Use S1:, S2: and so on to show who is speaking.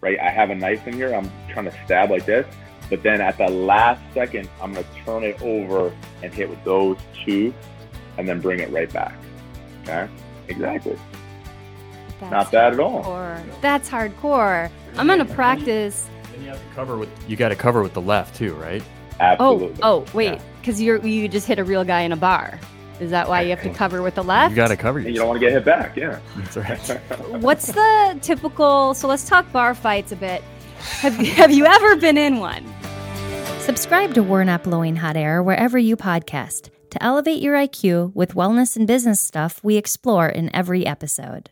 S1: right? I have a knife in here. I'm trying to stab like this. But then at the last second, I'm going to turn it over and hit with those two and then bring it right back. Okay? Exactly.
S2: That's
S1: Not bad at all.
S2: hardcore. That's hardcore. I'm gonna practice.
S3: And you have to cover with you got to cover with the left too, right?
S2: Oh,
S1: Absolutely.
S2: oh, wait,
S3: Yeah.
S2: because you're you just hit a real guy in a bar. Is that why you have to cover with the left?
S3: You got to cover
S1: And you don't
S3: yourself.
S1: want to get hit back. Yeah.
S3: That's right.
S2: What's the typical? So let's talk bar fights a bit. Have Have you ever been in one?
S4: Subscribe to We're Not Blowing Hot Air wherever you podcast to elevate your IQ with wellness and business stuff we explore in every episode.